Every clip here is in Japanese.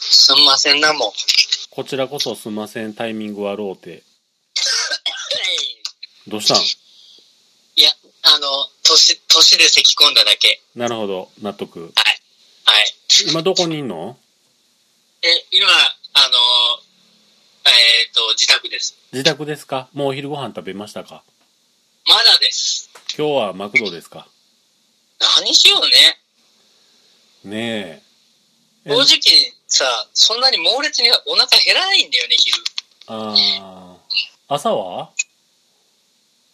せんな、もう。こちらこそすんません、タイミング悪うて。どうしたんいや、あの、年、年で咳込んだだけ。なるほど、納得。はい。はい。今どこにいんのえ、今、あの、えっ、と、自宅です。自宅ですかもうお昼ご飯食べましたかまだです。今日はマクドですか何しようね。ねえ。え正直さ、そんなに猛烈にお腹減らないんだよね、昼。あー朝は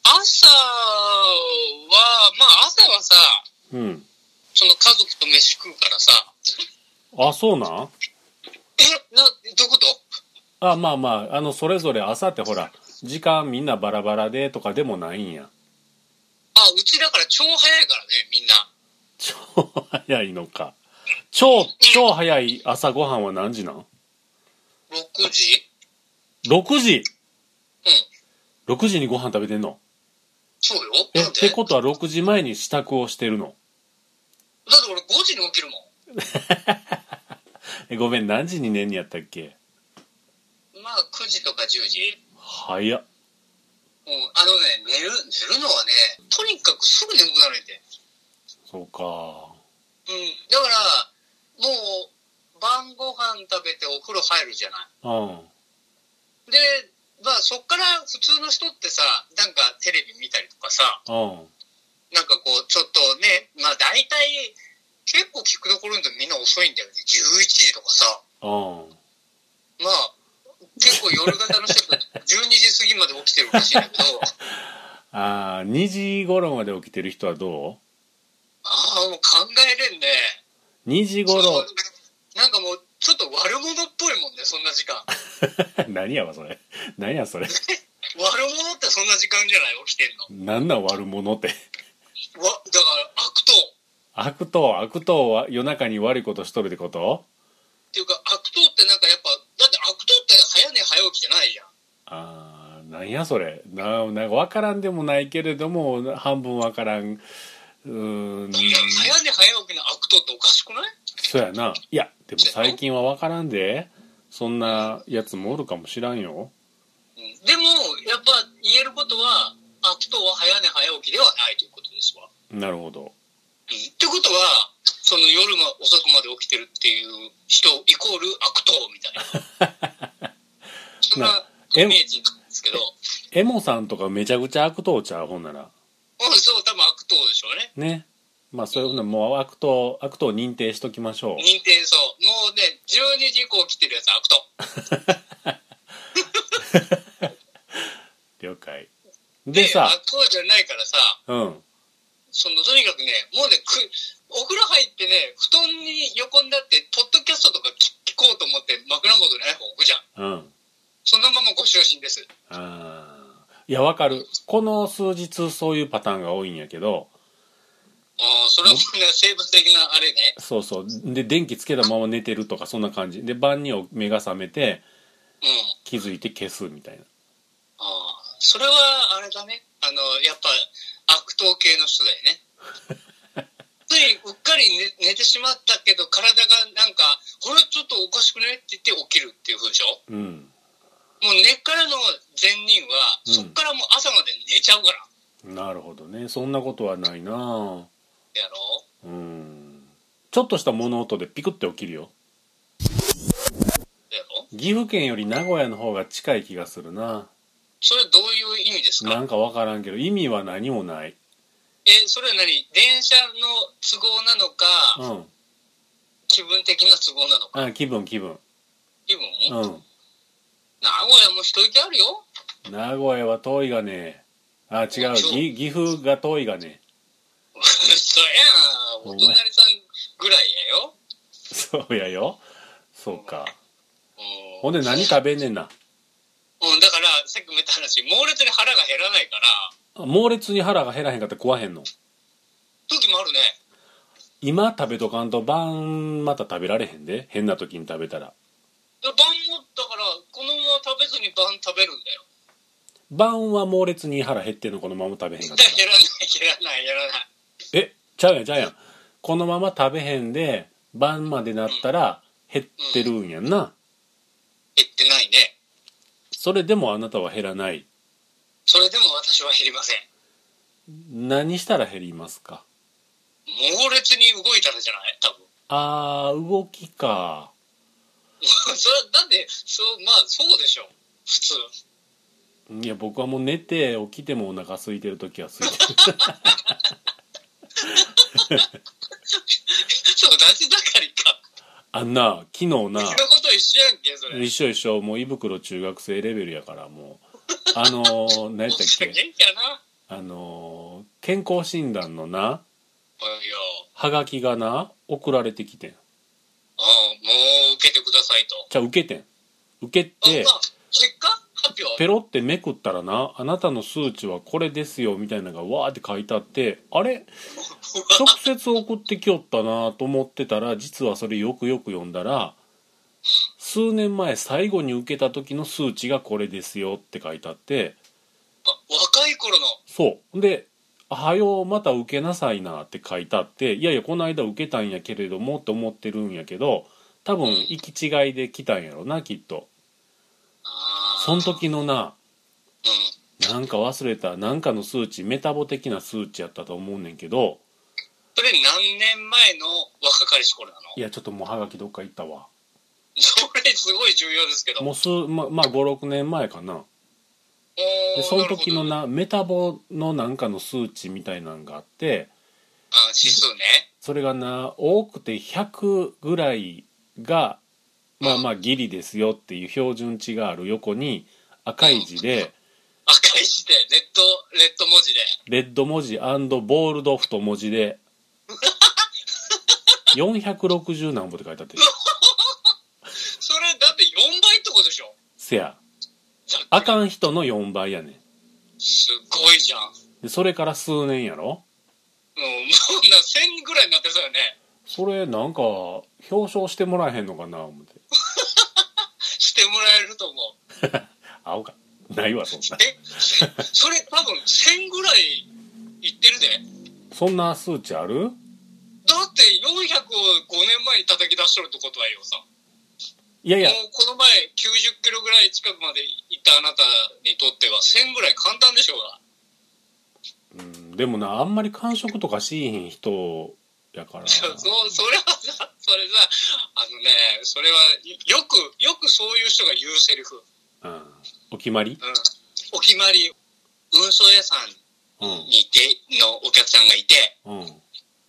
朝は、まあ朝はさ、うん。その家族と飯食うからさ、あ、そうなんえ、な、どういうことあ、まあまあ、あの、それぞれ朝ってほら、時間みんなバラバラでとかでもないんや。あ、うちだから超早いからね、みんな。超早いのか。超、超早い朝ごはんは何時なん6時 ?6 時うん。 !6 時にご飯食べてんのそうよ。え、なんっでてことは6時前に支度をしてるのだって俺5時に起きるもえ、ごめん、何時に寝んにやったっけん。まあ9時とか10時。早っ。もうあのね、寝る、寝るのはね、とにかくすぐ眠くなるんで。そうか。うん。だから、もう、晩ご飯食べてお風呂入るじゃない。うん。で、まあそっから普通の人ってさ、なんかテレビ見たりとかさ、うん。なんかこう、ちょっとね、まあ大体、結構聞くところによるとみんな遅いんだよね。11時とかさ、うん。まあ、結構夜型の人だと12時過ぎまで起きてるらしいんだけど、あー、2時頃まで起きてる人はどああ、もう考えれんね。う ?2 時頃。なんかもう、ちょっと悪者っぽいもんね、そんな時間。 何やわ、それ。何や、それ。悪者ってそんな時間じゃない起きてんなんなん悪者って。の。わ、だから悪党。っ悪党、悪党は夜中に悪いことしとるってことていうか、悪党ってなんかやっぱ、だって悪党って早寝早起きじゃないじゃん。あーなんやそれななんか分からんでもないけれども半分分からんうーんいや早寝早起きの悪党っておかしくないそうやないやでも最近は分からんでそんなやつもおるかもしらんよでも、やっぱ言えることは、秋とは早寝早起きではないということですわ。なるほどということは、その夜も遅くまで起きてるっていう人イコール悪党みたいな。 そんなイメージなんですけど、うエモさんとかめちゃくちゃ悪党ちゃうほんならん、そう、多分悪党でしょうね。ねまあそういうふうなもう悪党悪党認定しときましょ認定そう。もうね、12時以降来てるやつ悪党。う了解でさ悪党じゃないからさ、うんその、とにかくね、もうね、く、お風呂入ってね、布団に横になって、ポッドキャストとか聞聞こうと思って枕元に iPhone 置くじゃん。うんそのままご就寝です。あーいや分かるこの数日そういうパターンが多いんやけどああ、それはもうね、生物的なあれね。そうそうで電気つけたまま寝てるとかそんな感じで晩に目が覚めてうん。気づいて消すみたいなああ、それはあれだね。あの、やっぱ悪党系の人だよね。 ついうっかり寝寝てしまったけど、体がなんか、これちょっとおかしくねって言って起きるっていう風でしょうんもう根っからの善人は、うんそっからもう朝まで寝ちゃうから。なるほどねそんなことはないなやろうんちょっとした物音でピクって起きるよやろ岐阜県より名古屋の方が近い気がするなそれどういう意味ですなかんかわからんけど意味は何もないえ、それは何電車の都合なのか、うん気分的な都合なのか、あ気分気分気分、う名古屋も人行きあるよ。ん名古屋は遠いがねあ違うぎ岐阜が遠いがねそやん。お隣さんぐらいやよ。そうやよそうかうほん。んで何食べんねんなうん、だから、さっきも言った話、猛烈に腹が減らないから、あ猛烈に腹が減らへんかったら食わへんの時もあるね。今食べとかんと晩また食べられへんで変な時に食べたら晩も、だから、このまま食べずに晩食べるんだよ。晩は猛烈に腹減ってんのこのまま食べへんかだっかたらら減らない、減らない、減らない。えちゃうやんちゃうやんこのまま食べへんで晩までなったら減ってるんやんな減ってないね。それでもあなたは減らないそれでも私は減りません。何したら減りますか猛烈に動いたらじゃない多分。 あー動きかそれはだって、そう、まあ、そうでしょう。普通。いや僕はもう寝て起きてもお腹空いてる時は空いてる そう、同じだかりか。あんな昨日なうちのこと一緒やんけ、それ。一緒一緒もう胃袋中学生レベルやからもうあのー、何やったっおっさん け元気やな。あのー、健康診断のなおいよ。はがきがな送られてきてんうん、もう受けてくださいと。じゃあ受けてん受けてあ、まあ、結果発表。ペロってめくったらなあなたの数値はこれですよみたいなのがわーって書いてあってあれ直接送ってきよったなと思ってたら実はそれよくよく読んだら数年前最後に受けた時の数値がこれですよって書いてあってあ若い頃の。そうで「はようまた受けなさいな」って書いてあって「いやいやこの間受けたんやけれども」って思ってるんやけど多分行き違いで来たんやろなきっと。あーその時のなうん。なんか忘れたなんかの数値メタボ的な数値やったと思うねんけどそれ何年前の若かりし頃なのいやちょっともうはがきどっか行ったわそれすごい重要ですけど。もう数ままあ56年前かなおーでその時のなるほどなメタボのなんかの数値みたいなんがあってあ指数ね。それがな多くて100ぐらいがまあまあギリですよっていう標準値がある横に赤い字で赤い字で、レッド、レッド文字で。レッド文字ボールド太文字 で460何歩って書いてあってそれだって4倍ってことでしょせやざっくりあかん人の4倍やねんすごいじゃん。でそれから数年やろうん、もうな、1000ぐらいになってそうよね。それなんか表彰してもらえへんのかな思ってしてもらえると思う。青かないわそんなえ、せそれ多分1000ぐらいいってるで。そんな数値あるだって400を5年前に叩き出しとるってことはよさ。いやいやもうこの前90キロぐらい近くまで行ったあなたにとっては1000ぐらい簡単でしょうが。うんでもなあんまり感触とかしいへん人やからそう、それはさ、それさ、あのね、それはよく、よくそういう人が言うセリフ。うん、お決まりうん。お決まり、運送屋さうんんにいて、のお客さんがいて、うんうん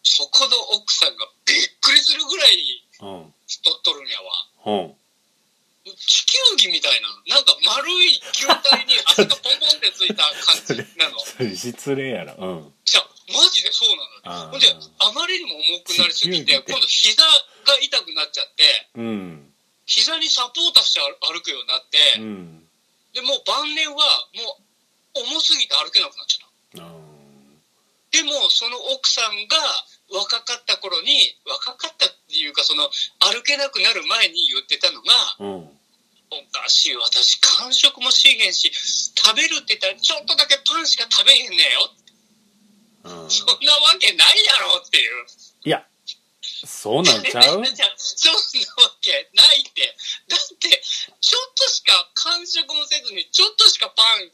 そこの奥さんがびっくりするぐらういん太っとるんやわ。うん 地球儀みたいなの。なんか丸い球体に足がポンポンってついた感じな の。それ失礼やろうんじゃあマジでそうなあの。ほんで、ーあまりにも重くなりす地ぎて、球儀って今度膝が痛くなっちゃって、うん膝にサポーターして歩くようになって、うんで、もう晩年は、もう、重すぎて歩けなくなっちゃっうた。んでも、その奥さんが、若かった頃に、若かったっていうか、その、歩けなくなる前に言ってたのが、うんおかしい、私、間食もしへんし、食べるって言ったら、ちょっとだけパンしか食べへんねんよ。うんそんなわけないやろっていう。いやそうなんちゃ うじゃあそんなわけないって。だって、ちょっとしか間食もせずに、ちょっとしかパン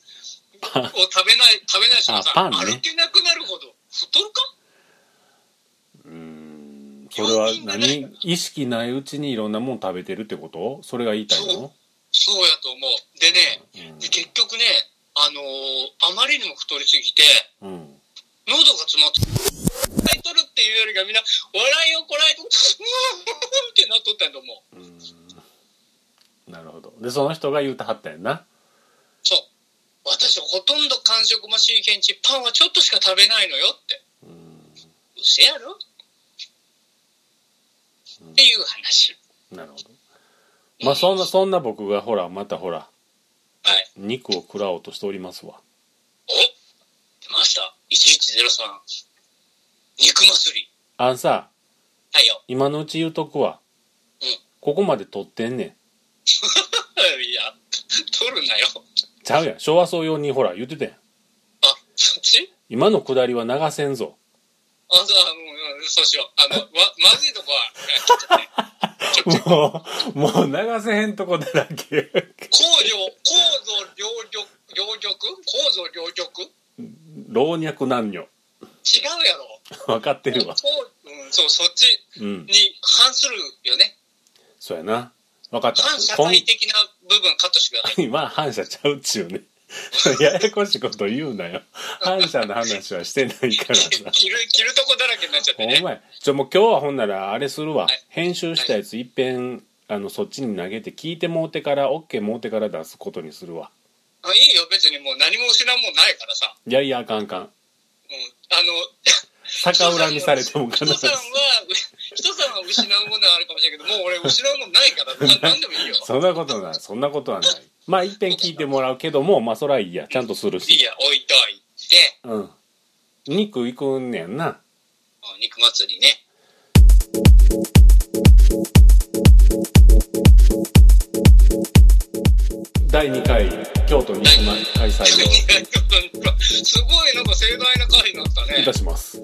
パンを食べない、食べない人がさ、あパンね歩けなくなるほど太るかうーんそれは何意識ないうちにいろんなもん食べてるってことそれが言いたいのそうやと思う。でね、で結局ね、あのーあまりにも太りすぎて、うん、うん、喉が詰まって、笑いとるっていうよりがみんな、笑いをこらえて、うーん ってなっとったんやと思う。うんなるほどでその人が言うたはったやんなそう。私ほとんど完食もしへんし、パンはちょっとしか食べないのよって。うんうせやろっていう話。なるほどまあそんなそんな僕がほらまたほらはい。肉を食らおうとしておりますわお出ました。1103。肉祭り。あんさはいよ。 今のうち言うとくわ、うんここまで撮ってんねんいや、取るなよ。ちゃうやん昭和総用にほら言ってたやんあ、そっち今のくだりは流せんぞあ、そう、うんうん、そうしよう。あの、わ、まずいとこは、ちゃくちゃ。もう、もう流せへんとこだらけ。工場、工場両玉、両玉工場両玉違老若男女。うやろ。分かってる わ。そう、うん、そう、そっちうん。に反するよね。そうやな。分かった。反社こん会的な部分カットしてください。今、反射ちゃうっちゅうね。 ややこしいこと言うなよ。反射の話はしてないからさ。着る、着るとこだらけになっちゃってほねん。まや。ちょ、もう今日はほんなら、あれするわはい。編集したやついっぺん、あの、そっちに投げて聞いてもうてから、OK もうてから出すことにするわ。あいいよ、別にもう何も失うもんないからさ。いやいや、あかんあかん。うん。あの、逆恨みされても必人ず。さんは、人さんは失うものはあるかもしれんけど、もう俺失うもんないから、ななんでもいい よ。そんなことない。そんなことはない。まあ、いっぺん聞いてもらうけども、まあ、そらいいや。ちゃんとするいいし。や、置いといて、うん。肉行くんねんな。あ肉祭りね。第2回、京都肉まん開催をすごいなんか盛大な回になったいねた、します。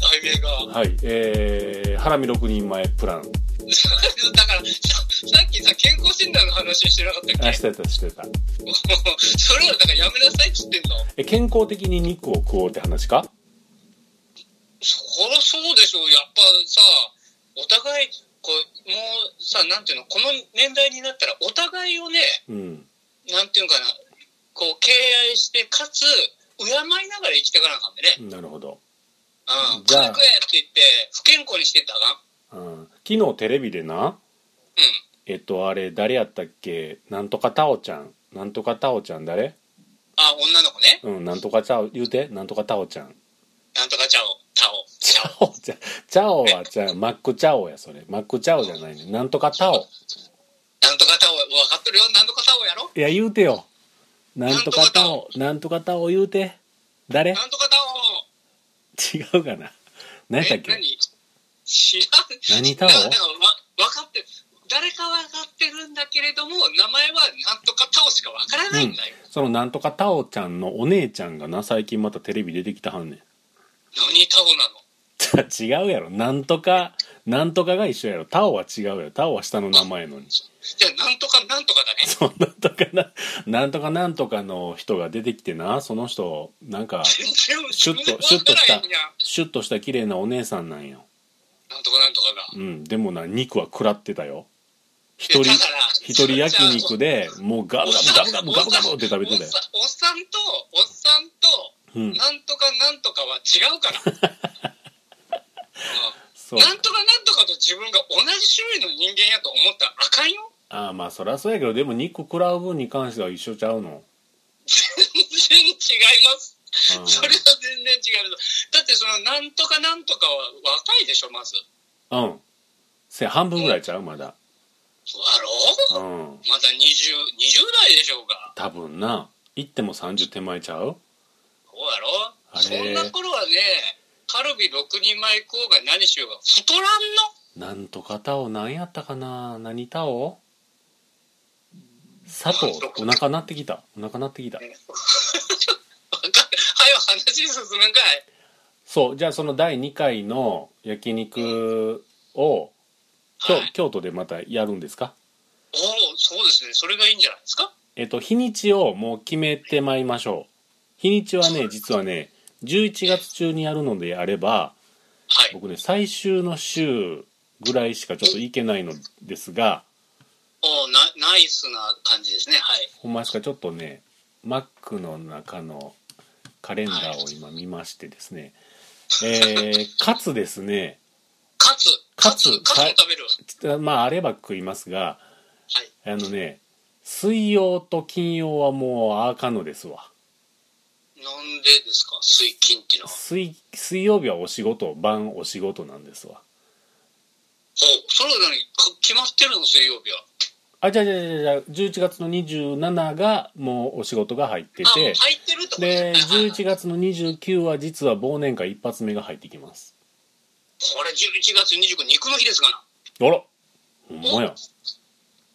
題名が。 はい。えー、ハラミ6人前プラン。だからさ、さっきさ、健康診断の話してなかったあ、っけしてた、してた。 それはだからやめなさいって言ってんの。え、健康的に肉を食おうって話かそりゃそうでしょう。やっぱさ、お互い、こう、もうさ、なんていうの、この年代になったら、お互いをね、うん。なんていうのかな、こう、敬愛して、かつ、敬いながら生きていかなあかんでね。なるほど。うん。じ食ゃあえ食えって言って、不健康にしてたらあかん。うん。昨日テレビでな、うん。えっと、あれ、誰やったっけなんとかタオちゃん。なんとかタオちゃん誰あ、女の子ね。うん、なんとかタオ、言うて、なんとかタオちゃん。なんとかちゃお、たお、ちゃお。おじゃ、チャオはじゃあ、マックチャオや、それ。マックチャオじゃないね。なんとかタオ。なんとかたお、分かっとるよ。なんとかたおやろ。いや、言うてよ。なんとかタオ、なんとかタオ言うて。誰違なんとかたお。うかな。何やったっけ何知らん。何タオだからだからわ分かってる。誰か分かってるんだけれども、名前はなんとかタオしか分からないんだよ。そのなんとかタオちゃんのお姉ちゃんがな、最近またテレビ出てきたはんねん。何タオなの違うやろ。なんとか、なんとかが一緒やろ。タオは違うやろ。タオは下の名前やのに。じゃあ、なんとかなんとかだね。そう、なんとかな、なんとかなんとかの人が出てきてな、その人、なんか、全然シュッと、シュッとした、シュッとした綺麗なお姉さんなんよ。なんとかなんとかが。うん、でもな、肉は食らってたよ。一人いやだから、一人焼肉で、もうガブガブガブガブガブガブって食べてたよ。おっさんおっさんと、おっさんと、うん、なんとかなんとかは違 うから。うんそう。なんとかなんとかと自分が同じ種類の人間やと思ったらあかんよ。ああ、まあそりゃそうやけど、でも肉食らう分に関しては一緒ちゃうの。全然違います。うんそれは全然違う。だってそのなんとかなんとかは若いでしょ、まず。うん。せや、半分ぐらいちゃう、まだ。そうだうろん。まだ20、20代でしょうが。多分な、行っても30手前ちゃうそうだろあそんれな頃はね、カルビ6人前食おうが何しようが太らんなの んとかタオ何やったかな何タオ佐藤お腹鳴ってきたお腹鳴ってきたわかんはい、話進むんかい。そうじゃあその第2回の焼肉を京,、はい京都でまたやるんですかおお、そうですね。それがいいんじゃないですかえっと日にちをもう決めてまいりましょう日にちはね実はね11月中にやるのであればはい。僕ね最終の週ぐらいしかちょっと行けないのですがおお、な、ナイスな感じですね。はい。ほんまですかちょっとねマックの中のカレンダーを今見ましてですね、えー、かつですねカツ。カツカツもはい食べる。ちょっとまああれば食いますがはい。あのね水曜と金曜はもうあかんのですわなんでですか水金っていうのは。水水曜日はお仕事晩お仕事なんですわほう、それは何か決まってるの水曜日は。あじゃあじゃあじゃあじゃあ11月の27がもうお仕事が入ってあ、もうて入ってるってことでねはいはい11月の29は実は忘年会一発目が入ってきますこれ11月29日、肉の日ですがな。あらほんまや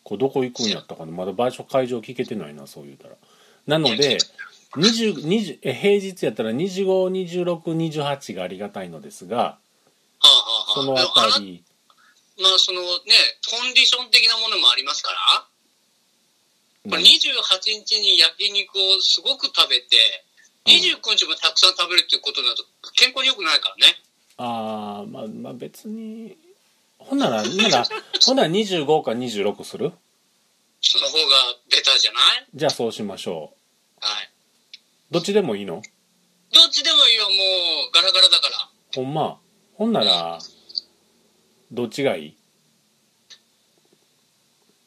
これどこ行くんやったかなまだ場所会場聞けてないなそう言うたらなので20 20え平日やったら252628がありがたいのですがはあはあはあそのあたりまあそのね、コンディション的なものもありますから、これうん28日に焼肉をすごく食べて、29日もたくさん食べるっていうことだと健康に良くないからね。ああまあまあ別にほんならならほんなら25か26するその方がベターじゃないじゃあそうしましょうはい。どっちでもいいのどっちでもいいよ、もうガラガラだから。ほんまほんならどっちがい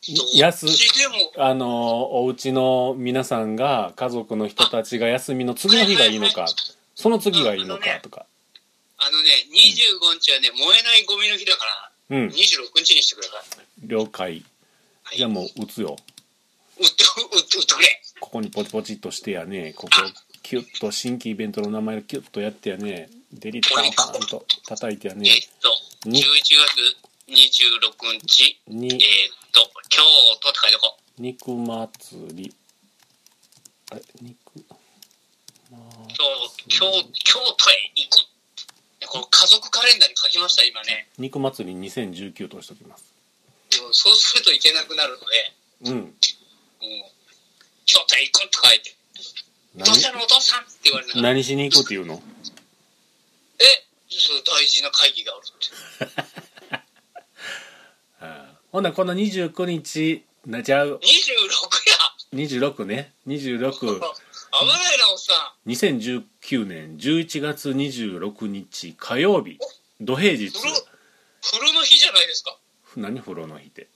い安どっちでも、あのお家の皆さんが家族の人たちが休みの次の日がいいのかその次がいいのかとかあのね、25日はね、燃えないゴミの日だから、うん26日にしてください。了解はいじゃあもう打つようっと、うっと、うっとくれ。ここにポチポチっとしてやねここキュッと新規イベントの名前をキュッとやってやねデリッパーパーンと叩いてやねえっと、11に月26日、にえっと、京都って書いとこう。肉祭りあれ肉ま京、京、京都へ行く。この家族カレンダーに書きました、今ね。肉祭り2019としておきますでもそうするといけなくなるので、うんもう、京都へ行くって書いて、お何父さんのお父さんって言われながら、何しに行くっていうのえ、その大事な会議があるって。ああほんならこの29日なちゃう26や26ね危262019ないな、おっさん。年11月26日火曜日土平日風呂、風呂の日じゃないですか。何風呂の日って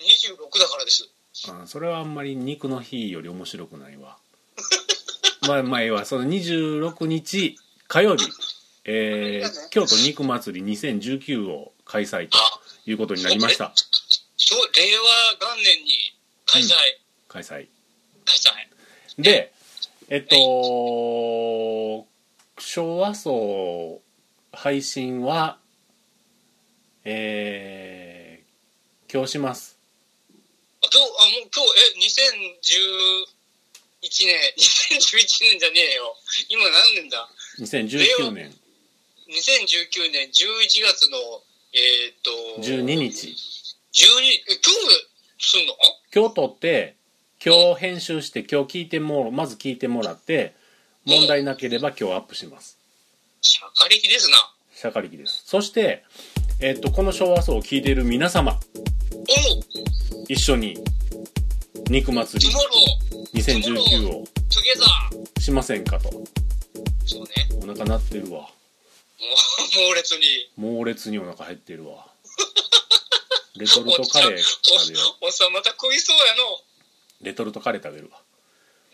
26だからです。あそれはあんまり肉の日より面白くないわ まあまあええわその26日火曜日、えー京都肉祭り2019を開催とあ、いうことになりましたそう、令和元年に開催、開催開催。でえっと昭和層配信はえー、今日しますあ、今日、あ、もう今日、え、2011年、2011年じゃねえよ。今何年だ2019年 ?2019 年11月の、えーっと、 12。日12、え、今日すんの今日撮って今日編集して今日聞いてもまず聞いてもらって問題なければ今日アップしますしゃかりきですな。シャカリキですそして、えっと、この昭和層を聞いている皆様おう、一緒に肉祭トゥりモロー、 2019をトゥゲザー。しませんかとそうね。お腹鳴ってるわもう、猛烈に。猛烈にお腹減ってるわレトルトカレー食べよおおっさんまた食いそうやの。もうレトルトカレー食べるわ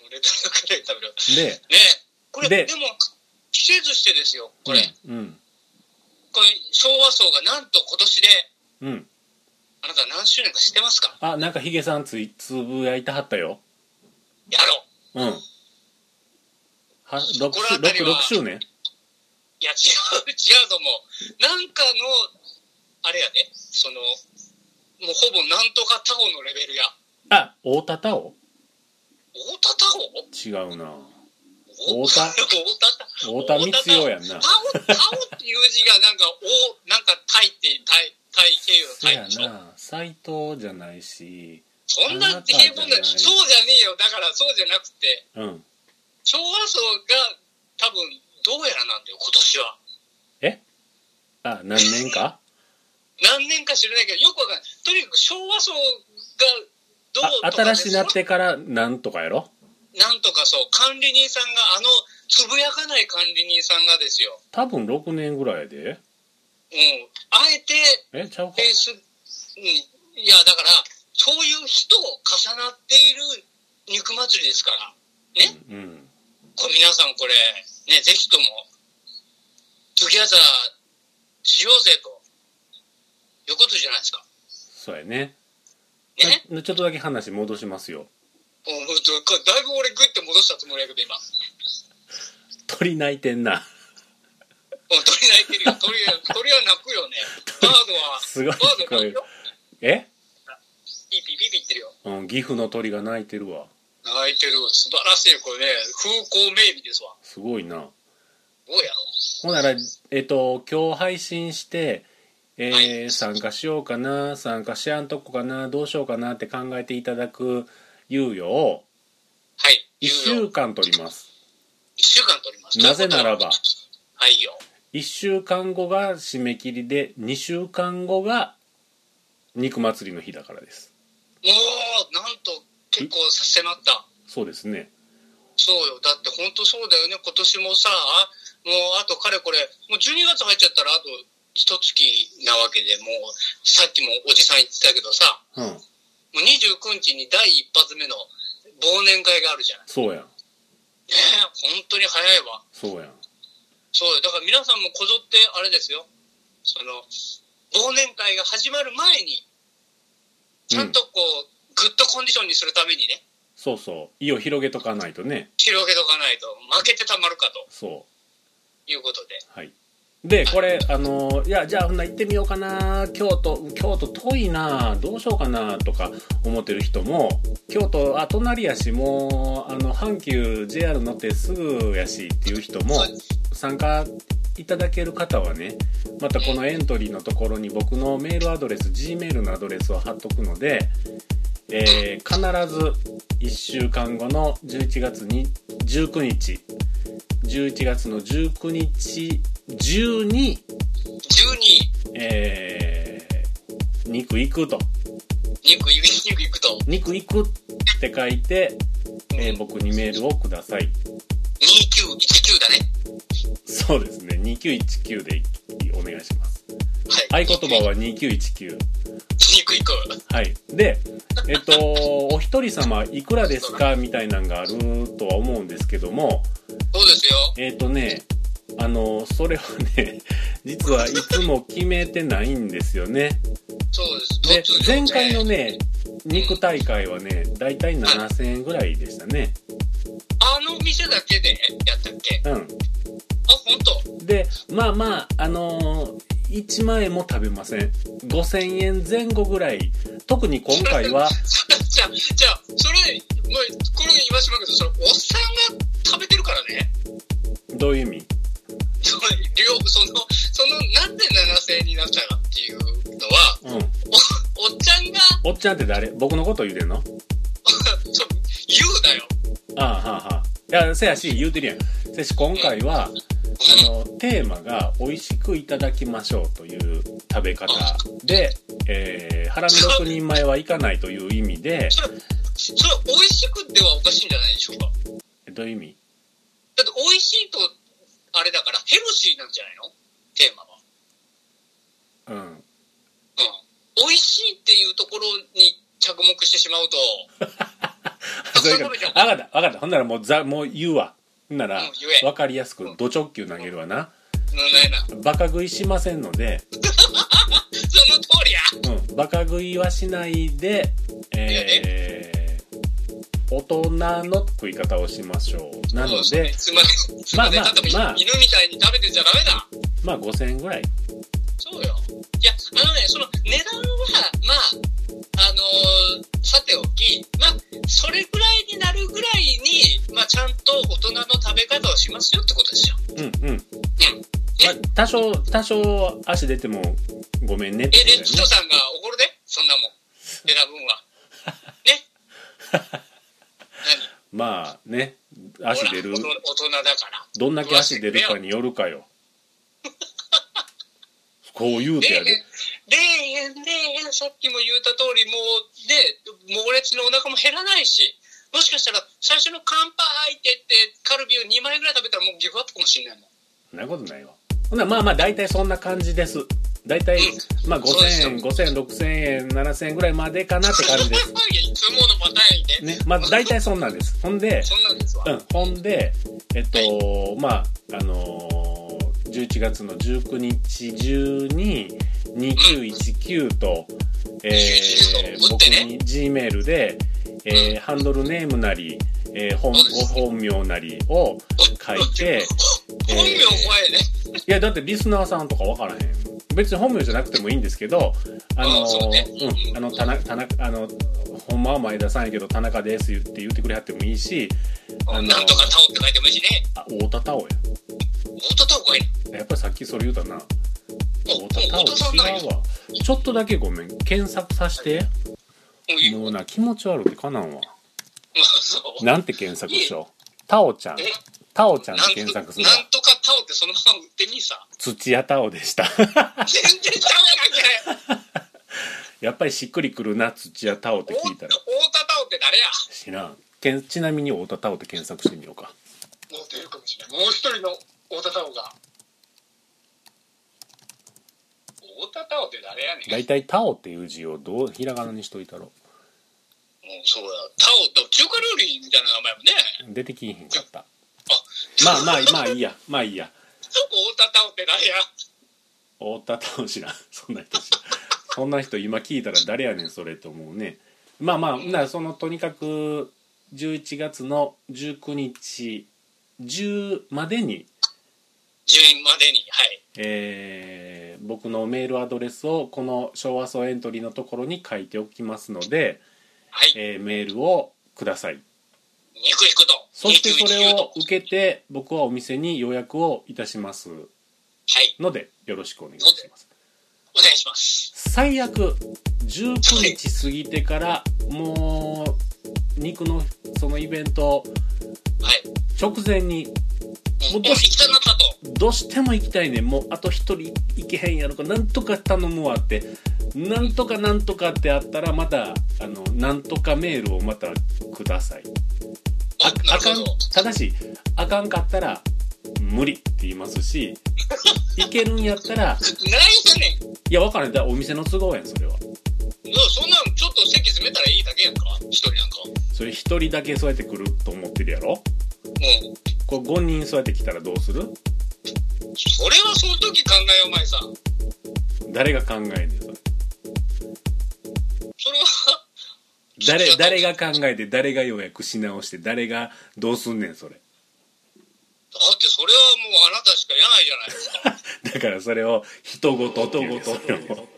うレトルトカレー食べる。でねえこれ、ででも、季節してですよ、これ。うんこれ、昭和層がなんと今年で、うんあなた何周年か知ってますかあなんかヒゲさんついつぶやいてはったよやろう。うん。は、6, この辺りは周年いや、違う、違うと思う。なんかの、あれやね、その、もうほぼなんとかタオのレベルや。あ、大田太郎太田タオ違うな。お太田太田大田光代やんな。タオ、タオっていう字がなんか、お、なんか、タイって、タイ、タイ経由のそタイやでしょ。な。斎藤じゃないし、そんな平凡な、あなたじゃないそうじゃねえよ。だからそうじゃなくて、うん。昭和層が多分、どうやらなんだよ、今年は。あ、何年か何年か知らないけど、よくわかんない。とにかく昭和層が、どうあとかで新しいなってからなんとかやろなんとかそう、管理人さんが、あの、つぶやかない管理人さんがですよ。多分6年ぐらいやで。うん。あえて、え、ちゃうかフェ。イス、うん。いや、だから、そういう人を重なっている肉祭りですから。うん。これ皆さんこれ、ね、ぜひとも、トゥギャザーしようぜと。いうことじゃないですか。そうやね。ね。なちょっとだけ話戻しますよ。もうほんとこれだいぶ俺グッて戻したつもりやけど、今。鳥泣いてんな。うん鳥泣いてるよ。鳥、鳥は泣くよね。バードは、すごいバー聞ドこ泣えくるよ。。えピーピーピーピー言ってるよ。うん、岐阜の鳥が泣いてるわ。泣いてる。素晴らしい。これね、風光明媚ですわ。すごいな。どうやろほんなら、えっと、今日配信して、えーはい参加しようかな参加しやんとこかなどうしようかなって考えていただく猶予をはい。 1週猶予間取ります一週間取ります。なぜならばはいよ。 1週間後が締め切りで2週間後が肉祭りの日だからですもう、なんと、結構させまった。そうですねそうよ。だって本当そうだよね。今年もさ、もうあとかれこれ、もう12月入っちゃったらあと一月なわけで、もうさっきもおじさん言ってたけどさ、うんもう29日に第一発目の忘年会があるじゃない。そうやんねえ本当に早いわ。そうやんそうよ。だから皆さんもこぞってあれですよ。その、忘年会が始まる前に、ちゃんとこう、グッドコンディションにするためにね、そうそう意を広げとかないとね広げとかないと負けてたまるかとそういうことで。はい、でこれあのいやじゃあほんなら行ってみようかな京都京都遠いなどうしようかなとか思ってる人も京都あ隣やしもうあの阪急 JR 乗ってすぐやしっていう人もそう参加いただける方はねまたこのエントリーのところに僕のメールアドレス G メールのアドレスを貼っとくので、えー必ず1週間後の11月に19日11月の19日中に、 12位、えー肉行くと肉、指肉行くと、肉行くって書いて、えー僕にメールをください2919だね。そうですね2919でお願いしますは合い。言葉は2919肉行く。はい、で、えっと、お一人様いくらですかみたいなんがあるとは思うんですけども、そうですよ。えっとね、あの、それはね、 実はいつも決めてないんですよね。そうでです。、突如前回のね、肉大会はね、だいたい7000円ぐらいでしたね。あの店だけでやったっけうあ、本当。ん。で、まあまあ、あの1万円も食べません。5000円前後ぐらい。特に今回は、 じゃあ、じゃあ、それ、もう、これ言わしまうけど、それ、おっさんが食べてるからね。 どういう意味その、量、その、その、なんで7000円になったかっていうのは、うん。おっちゃんが、 おっちゃんって誰僕のこと言うてんのそう、言うだよ。ああはあはあいやせやし言うてるやんせやし今回はあのテーマが「美味しくいただきましょう」という食べ方で、えー、腹の6人前はいかないという意味でそれ、それ、美味しくではおかしいんじゃないでしょうか。どういう意味だって、美味しいと、あれだから、ヘルシーなんじゃないのテーマうは。んうん。美味しいっていうところに着目してしまうと、それから分かった分かったほんならもうざもう言うわほんならうん言え分かりやすくド直球投げるわなうんないな。 バカ食いしませんので、その通りや。うん、バカ食いはしないでえー大人の食い方をしましょうなのそうでつまり、つまり、まあまあちょっとまあ犬みたいに食べてちゃダメだ。まあ5000円ぐらいそうよ。いや、あのね、その値段は、まあ、あのーさておき、まあ、それぐらいになるぐらいに、まあ、ちゃんと大人の食べ方をしますよってことですよ。うんうん、まうん。あ、多少多少足出てもごめんねってえ、ことだレよッドさんが怒るで、そんなもん。選ぶん は。ね。ねまあね何足出るほら大人だから。どんだけ足出るかによるかよ こう言うてや霊で園、霊園、霊園、さっきも言った通り、もう、で、猛烈にお腹も減らないし、もしかしたら、最初の乾杯って言って、カルビを2枚ぐらい食べたら、もうギブアップかもしれ ないもん。そんなことないわほなまあまあ大体そんな感じです大体、まあ、そうです5000円5000円6000円7000円ぐらいまでかなって感じですいや、いつものパターンやで。ねまあ大体そんなんですほんでそんなんですわ。うん、ほんで、えっと、まあ、あのー、11月の19日中に、2919と、えーそう打っ僕てねに G メールで、えーハンドルネームなり、えー本そうです本名なりを書い て、本名怖いね。いや、だってリスナーさんとかわからへん。別に本名じゃなくてもいいんですけど、あのあそうねうん、あの、田中、田中、あの、ほんまは前田さんやけど、田中ですって言ってくれはってもいいし、あのーなんとかタオって書いてもいいしね。あ、太田太郎や。太田タオ怖いね。やっぱりさっきそれ言うたな。太田太郎違うわちょっとだけごめん検索させてもういいもうな気持ち悪くてかなんわそう。なんて検索しようタオちゃんえタオちゃんなでん検と索するわなんとかタオってそのまま売ってみいさ。土屋タオでした 全然ダメなんじゃねやっぱりしっくりくるな土屋タオってえ。聞いた太田らタオって誰や知らんけんちなみに太田タオって検索してみようかもう出るかもしれない。もう一人の太田タオが。太田タオって誰やねん。大体タオっていう字をどうひらがなにしといたろもうそうや。タオと中華料理みたいな名前もね。出てきへんかったあ、まあまあまあいいやまあいいやそこ太田タオって誰や。太田タオ知らん そんな人知らんそんな人今聞いたら誰やねんそれと思うねまあまあなそのとにかく11月の19日10までに、順位までに、はい。えー僕のメールアドレスをこの昭和層エントリーのところに書いておきますので、はい。えーメールをください肉引くと。そしてそれを肉引くと受けて僕はお店に予約をいたしますはい。のでよろしくお願いしますお願いします。最悪19日過ぎてからもう肉のそのイベントはい。直前にももうう行どうしきたなったと。どうしても行きたいねんもうあと一人行けへんやろかなんとか頼むわってなんとかなんとかってあったらまたあのなんとかメールをまたくださいあ、なあるかほんど。ただしあかんかったら無理って言いますしいけるんやったらないやねん。いやわからんだからお店の都合やんそれはもうそんなんちょっと席詰めたらいいだけやんか。一人なんか。もそれ一人だけそうやって来ると思ってるやろう、これ5人そうやって来たらどうするそれはその時考えよ、お前さ。誰が考えんねんそれそれ誰は、誰が考えて誰が予約し直して誰がどうすんねんそれだってそれはもうあなたしかいないじゃないですか。だからそれを人ごとっていうねそれを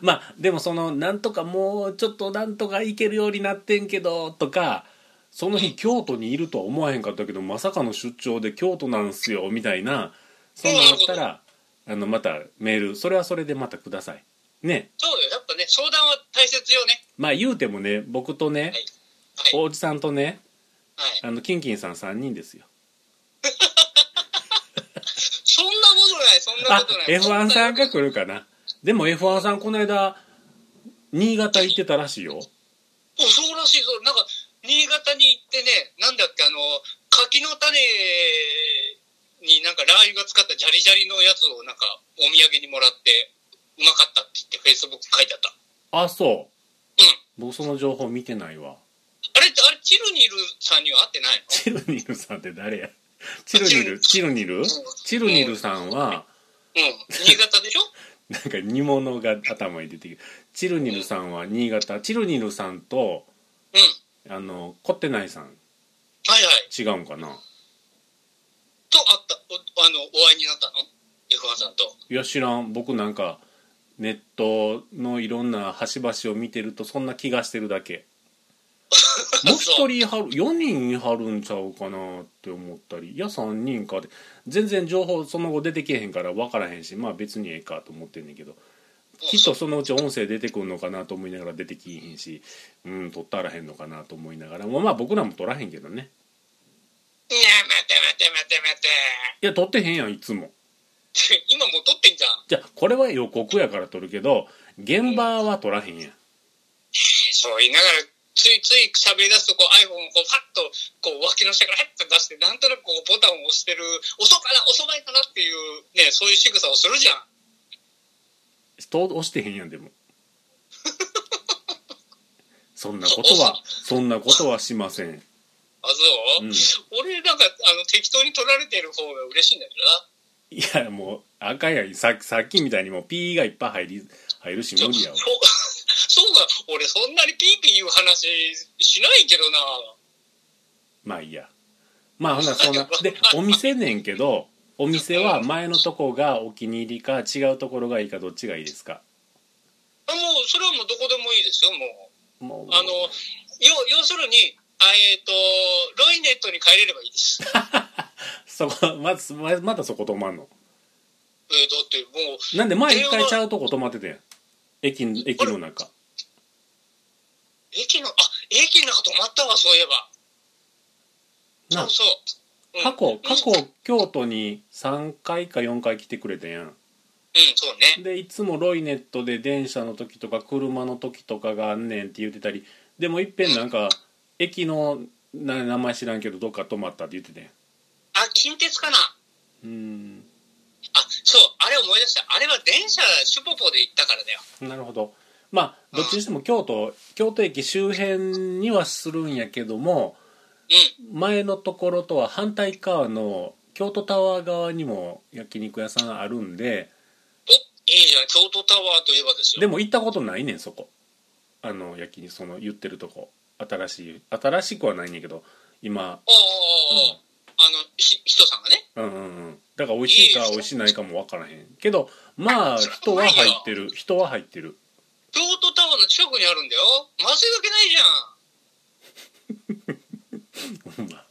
まあでもそのなんとかもうちょっとなんとか行けるようになってんけどとかその日京都にいるとは思わへんかったけどまさかの出張で京都なんすよみたいなそんなんあったらあのまたメールそれはそれでまたくださいねそうよ、やっぱね、相談は大切よね。まあ言うてもね僕とね、はい。はい。おじさんとねはい、あのキンキンさん3人ですよそんなことない、そんなあことない。 F1 さんがる。来るかなでも F1 さんこの間新潟行ってたらしいよおそうらしいぞ。なんか、新潟に行ってね、なんだっけ、あの、柿の種になんかラー油が使ったジャリジャリのやつをなんかお土産にもらって、うまかったって言って、フェイスブック書いてあった。あそうん。う僕その情報見てないわあれって、あれ、チルニルさんには会ってないのチルニルさんって誰やチルニルチルニルチルニルさんはうん。新潟でしょなんか煮物が頭に出てきるチルニルさんは新潟チルニルさんとうん。あのコッテナイさんはいはい。違うんかなと会った、おあの、お会いになったの ?F1 さんと。いや知らん僕なんかネットのいろんな端々を見てるとそんな気がしてるだけもう一人いはる4人いはるんちゃうかなって思ったりいや3人かって全然情報その後出てけへんから分からへんしまあ別にええかと思ってんねんけどきっとそのうち音声出てくるのかなと思いながら出てきいへんしうん撮ったらへんのかなと思いながらまあまあ僕らも撮らへんけどねいや、待て待て待て待いや撮ってへんやんいつもて。って 今もう撮ってんじゃん。じゃあこれは予告やから撮るけど現場は撮らへんやんそう言いながら、ついつい喋り出すとこう iPhone をこうパッとこう脇の下からハッと出して、なんとなくこうボタンを押してる、遅かな、遅まいかなっていうね、そういう仕草をするじゃん。人を押してへんやんでもそんなことはそんなことはしませんあ、そう、うん俺なんかあの適当に撮られてる方が嬉しいんだけいどな。やもうあかんやんささっきみたいにもうピーがいっぱい入り入るし無理やわそうそうか、俺そんなにピーピー言う話しないけどな。まあいいやまあほんならそんなでお店ねんけどお店は前のとこがお気に入りか違うところがいいかどっちがいいですかあもう、それはもうどこでもいいですよ、もう。もうあの、よ要するに、あえっ、と、ロイネットに帰れればいいです。そこまずままたそこ止まんのえだってもう、なんで前一回ちゃうとこ泊まっててん駅ん駅の中駅の、あ、駅の中止まったわ、そういえなば。そうそう。うん、過去過去うん、京都に3回か4回来てくれてんやんそうね。でいつもロイネットで電車の時とか車の時とかがあんねんって言ってたりでもいっぺんなんか駅のな名前知らんけどどっか泊まったって言っててんあ、近鉄かなうーんあ、そう、あれ思い出した。あれは電車、シュポポで行ったからだよ。なるほどまあどっちにしても京都京都駅周辺にはするんやけどもうん。前のところとは反対側の京都タワー側にも焼肉屋さんあるんでお、いいじゃん。京都タワーといえばですよ。でも行ったことないねんそこあの焼肉その言ってるとこ新しい新しくはないねんけど今おーおーおー、あの、ひ、人さんがね。うんうんうんだから美味しいか美味しないかも分からへんけどまあ人は入ってる人は入ってる京都タワーの近くにあるんだよ。まずいわけないじゃん。ほんま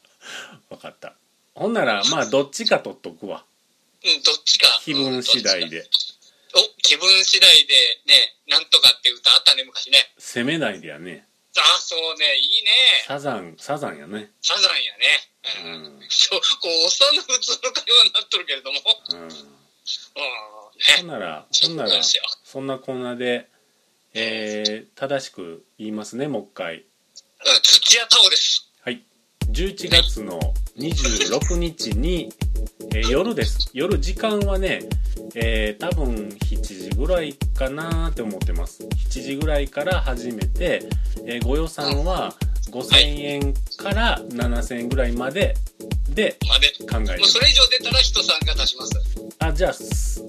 分かったほんならまあどっちか取っとくわうん、どっちか。気分次うん第。どっちかでお、気分次第で、ね、なんとかって歌あったね、昔ね。攻めないでやねあ、そうね、いいね。サザンサザンやねサザンやうね。ん、うんそう、こう、おっさんの普通の会話になっとるけれども。ううんほんん、ね。ならそほうんななんらですよ。そんなこんなで、えー、正しく言いますねもう一回うん、土屋太鳳です。はい11月の26日に、えー夜です夜時間はね、えー多分7時ぐらいかなって思ってます7時ぐらいから始めて、えーご予算は5000円から7000円ぐらいまででまあね。考えてもまうそすれ以上出たら人さんが出します。あじゃあす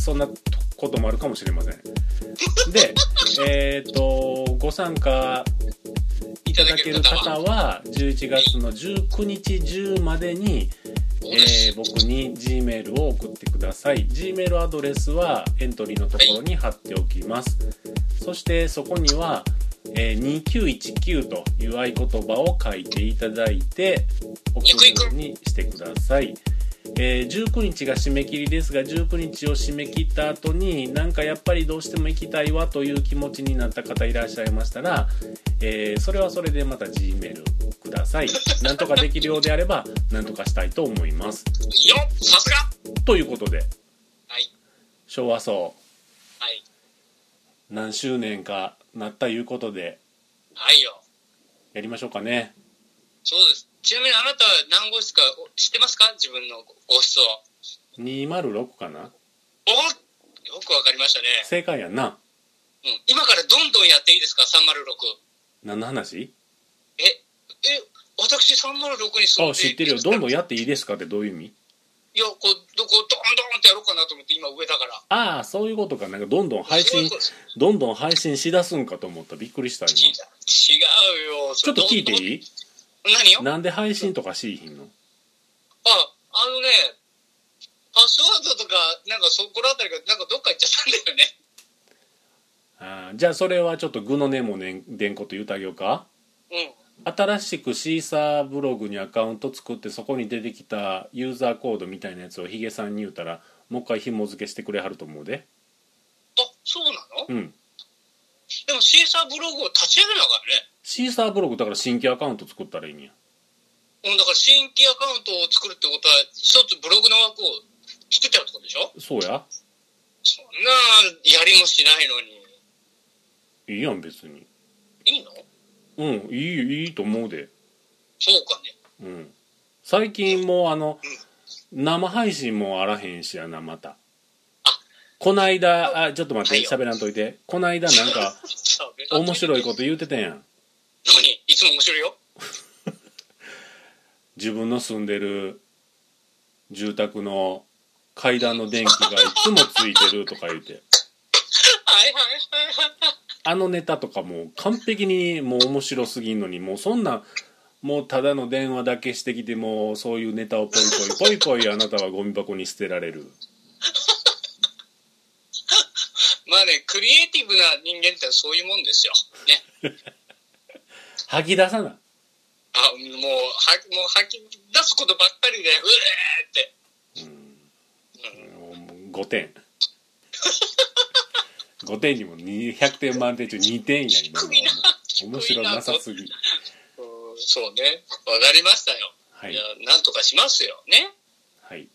そんなこともあるかもしれません でえっ、とご参加いただける方は11月の19日10までに、えー僕に G メールを送ってください G メールアドレスはエントリーのところに貼っておきますそしてそこには、えー2919という合言葉を書いていただいて送るようにしてくださいえー19日が締め切りですが19日を締め切った後になんかやっぱりどうしても行きたいわという気持ちになった方いらっしゃいましたら、えーそれはそれでまた G メールくださいなんとかできるようであればなんとかしたいと思いますよさすがということではい。昭和層はい。何周年かなったいうことではいよ。やりましょうかねそうです。ちなみにあなたは何号室かお知ってますか自分のご室を。 206かなおよくわかりましたね。正解やんなうん。今からどんどんやっていいですか ?306。何の話え、え、私306に住んあで知ってるよどんどんやっていいですかってどういう意味いや、こう、どこ、ドーンドーンってやろうかなと思って、今上だから。ああそういうことかなんかどんどん配そう信いうことですどんどん配信しだすんかと思ったびっくりした今違ちう違うよ。ちょっと聞いていい何よなんで配信とかしいひんのあ、あのね、パスワードとか、なんかそこらあたりが、なんかどっか行っちゃったんだよね。あーじゃあそれはちょっと具の根もねでんこと言うてあげようかうん。新しくシーサーブログにアカウント作ってそこに出てきたユーザーコードみたいなやつをヒゲさんに言うたらもう一回紐付けしてくれはると思うであ、そうなのうんでもシーサーブログを立ち上げながシーサーブログだから新規アカウント作ったらいいんやらね。うん、だから新規アカウントを作るってことは、一つブログの枠を作っちゃうってことでしょそうやそんな、やりもしないのに。いいやん別にいいのうんいいいいと思うでそうかね。うん最近もうあの生配信もあらへんしやなまたこないだあちょっと待ってはい喋らんといてこないだなんか面白いこと言うてたやん何いつも面白いよ。 自分の住んでる住宅の階段の電気がいつもついてるとか言うてはいはいはいはい。あのネタとかもう完璧にもう面白すぎんのにもうそんなもうただの電話だけしてきてもうそういうネタをポイポイポイポイあなたはゴミ箱に捨てられるまあね、クリエイティブな人間ってそういうもんですよ。ね。吐き出さなあ、もう、は、もう吐き出すことばっかりで、うえーって。うん、 5点5点にも200点満点中2点や今のはもう面白なさすぎうんそうね。わかりましたよ。、はいいや、なんとかしますよ。ね。はい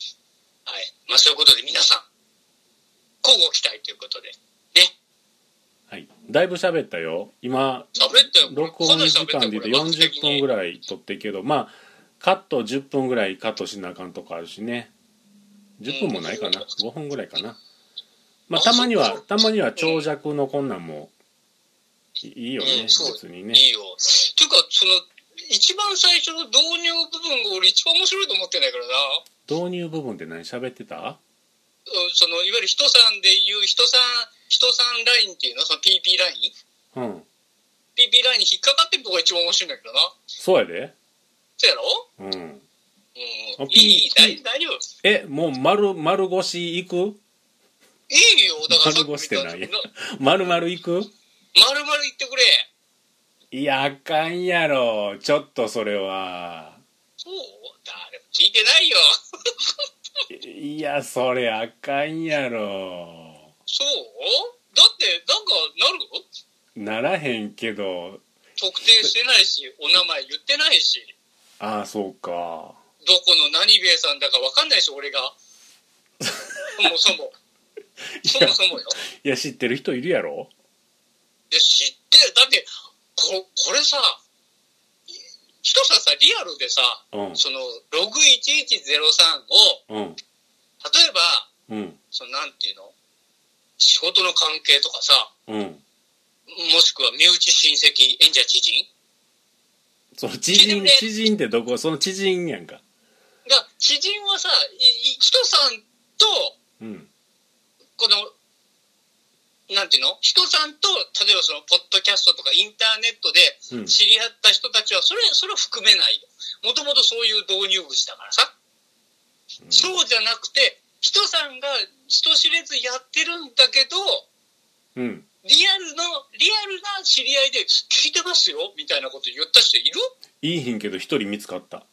はい。まあ、そういうことで皆さん、交互期待ということで。はいだいぶ喋ったよ今喋ったよ。録音時間で言うと40分ぐらい。らい撮ってるけどまあカット10分ぐらいカットしなあかんとかあるしね10分もないかな5分ぐらいかなまあたまにあそはうたまには長尺のこんなんもいいいよねうんそう別にいねいよ。ていうか、その、一番最初の導入部分が俺一番面白いと思ってないからな。導入部分で何喋ってたうんその、いわゆる人さんで言う、人さん、人さんラインっていうのその PP ラインうん。 ?PP ラインに引っかかってるとこが一番面白いんだけどな。そうやで。そうやろうん。うん。あいい、いい、 PP 大大丈夫。え、もう丸、丸腰行くいいよ、だからさっき丸腰ってなんや言った丸々行く まるまる言ってくれ。いや、あかんやろ。ちょっとそれは。そう誰も聞いてないよ。いや、それあかんやろ。そうだって、なんか、なるならへんけど。特定してないし、お名前言ってないし、ああ、そうか。どこの何兵衛さんだかわかんないし、俺が。そもそも。そもそもよ。いや、知ってる人いるやろで、知ってる。だって、こ、これさ、いひとさんさ、リアルでさ、うん。その、ログ1103うを、ん。例えば、うん。その、なんていうの仕事の関係とかさ、うん。もしくは身内親戚、演者知人その知人知人で、知人ってどこその知人やんか。が、知人はさ、いい人さんと、うん。この、なんていうの人さんと、例えばその、ポッドキャストとかインターネットでうん。知り合った人たちは、それ、それは含めないよ。もともとそういう導入口だからさ。そうじゃなくて、人さんが人知れずやってるんだけど、うん。リアルの、リアルな知り合いで、聞いてますよみたいなこと言った人いるいいひんけど一人見つかった。あ、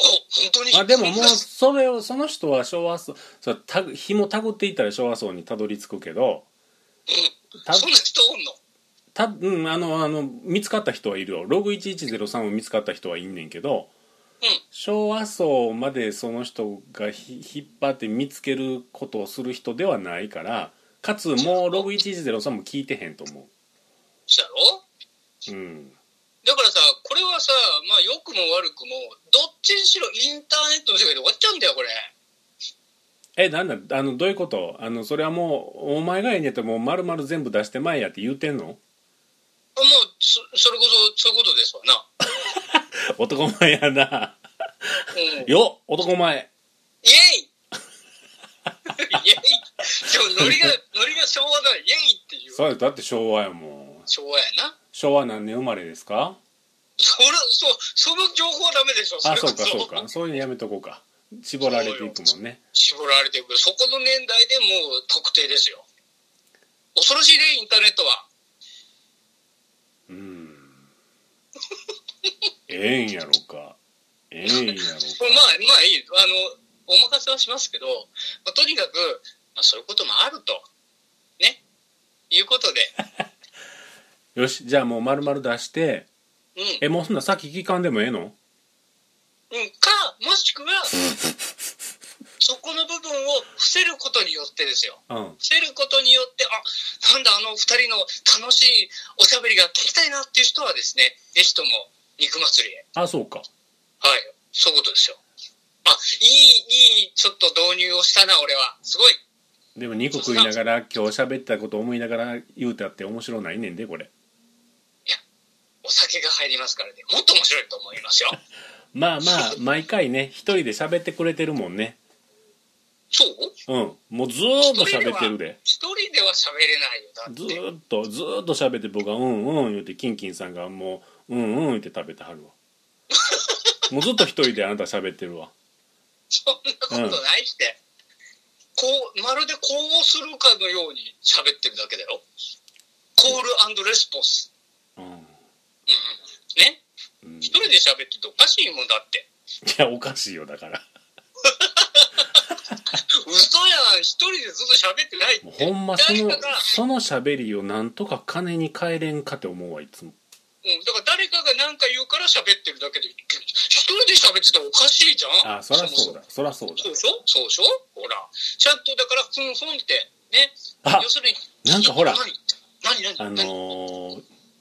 本当にあでももうそれをその人は昭和層それたぐ紐たぐっていったら昭和層にたどり着くけどたそんな人おんのたうんあのあの見つかった人はいるよログ1103を見つかった人はいんねんけど、うん昭和層までその人がひ引っ張って見つけることをする人ではないからかつもうログ1103も聞いてへんと思そうやろううんだからさ、これはさ、まあ良くも悪くも、どっちにしろインターネットの世界で終わっちゃうんだよ、これ。えなんだあのどういうことあのそれはもうお前がええんやったらもう丸々全部出してまえやって言うてんのあもうそ、それこそ、そういうことですわな。男前やなうん。イェイよ男前イイェイ今日ノリが、ノリが昭和だ、イェイっていう。そうですだって昭和やもん昭和やな。昭和何年生まれですかそれ、そう、その情報はダメでしょ、あれそこうかそうかそういうのやめとこうか絞られていくもんね絞られてくる。そこの年代でもう特定ですよ。恐ろしいね、インターネットは。うんええんやろかええんやろこれまあ、まあいい。あの、お任せはしますけど、まあ、とにかく、まあ、そういうこともあると。ね。いうことで。かよしじゃあもう丸々出してうん。うん。えもうそんなさっき聞かんでもええのか、もしくは、そこの部分を伏せることによってですよ。うん伏せることによって、あ、なんだあの二人の楽しいおしゃべりが聞きたいなっていう人はですね、ぜひとも肉祭りへ。あそうかはい。そういうことですよ。あ、いい、いい、ちょっと導入をしたな、俺は。すごい。でも肉食いながら今日喋ったこと思いながら言うたって面白ないねんでこれお酒が入りますからね。もっと面白いと思いますよ。まあまあ毎回ね一人で喋ってくれてるもんねそううんもうずーっと喋ってるで一人では喋れないよ。だずーっとって。ずーっと喋って僕が「うんうん」言うてキンキンさんがもう「うんうん」言って食べては るわもうずっと一人であなた喋ってるわそんなことないって。こう、まるでこうするかのように喋ってるだけだよ。コールレスポンス。うん、うん。ねうん、い一人で喋ってておかしいもんだって。やおかしいよだから嘘やんん一人でずっと喋ってないもうって。ほんまその誰かが、その喋りをなんとか金に変えれんかって思うわいつもうん、だから誰かが何か言うから喋ってるだけで、一人で喋ってたらおかしいじゃん。あそらそうだそらそうそうだでしょそうでしょほら。ちゃんとだから、ふんふんって、ね。あ要するに、なんかほら何何何あの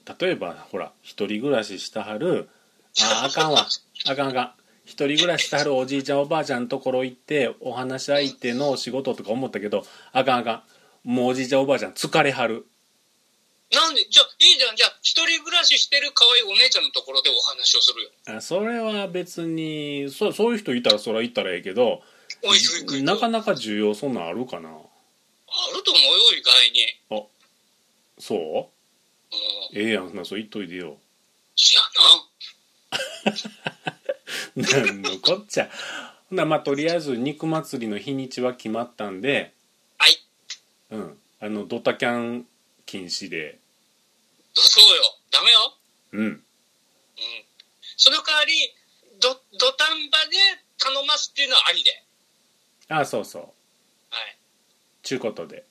何ー例えばほら一人暮らししたはるああかんわあかんあかん一人暮らししたはるおじいちゃんおばあちゃんのところ行ってお話し相手の仕事とか思ったけどあかんあかんもうおじいちゃんおばあちゃん疲れはるなんで、じゃあ、いいじゃん。じゃあ、一人暮らししてる可愛いお姉ちゃんのところでお話をするよ。あそれは別にそそういう人いたらそら行ったらええけどおい、すぐ行くよなかなか需要そんなんあるかなあると思うよ、意外に。そううん。ええやんそんなそう言っといてよ知らな。 なんのこっちゃほなまあとりあえず肉祭りの日にちは決まったんではいうんあのドタキャン禁止でそうよ。ダメよ。うんうん。その代わり、ど、土壇場で頼ますっていうのはありで。あそうそうはい。ちゅうことで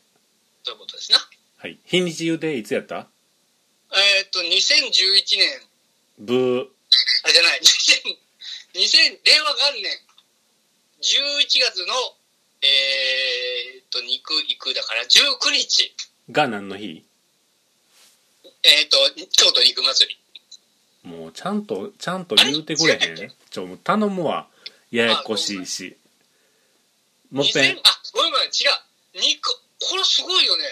ということですな。はい日にち言うていつやったえーっと、2011年、ブーあ、じゃない、2000、2000、令和元年、11月の、えーっと、肉行くだから、19日、が何の日えーっと、京都肉祭り。もうちゃんとちゃんと言うてくれへんちょもう頼むわややこしいしもっぺん2000あ、ごめんごめん、違う。肉、これすごいよね。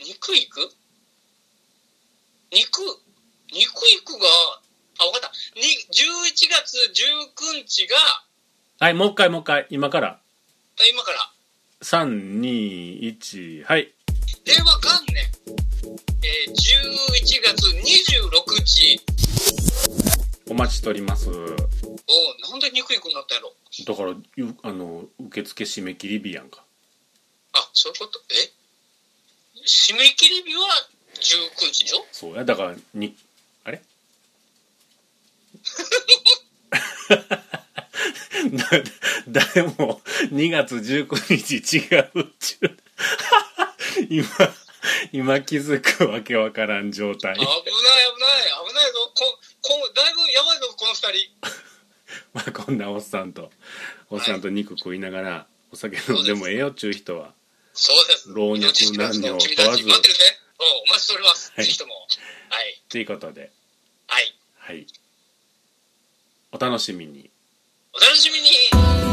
え肉行く肉、肉行くが、あ、わかった。に11月19日が、はいもう一回もう一回今からあ今から、 321はい令和元年、えー、11月26日。お待ちしておりますおうなんで肉いくになったんやろだからゆあの受付締め切り日やんかあ、そういうことえ締め切り日は19日でしょそうやだからにあれ だ誰も2月19日違うっちゅう 今今気づくわけわからん状態危ない危ない危ないぞ。こ、こ、だいぶやばいぞ、この二人。まあこんなおっさんとおっさんと肉食いながらお酒飲んでもええよっちゅう人はそうです。老若男女を問君たわずち待ってるぜ。おうお待ちしております。はいぜひとも。はい。ということではい。はいお楽しみに。お楽しみに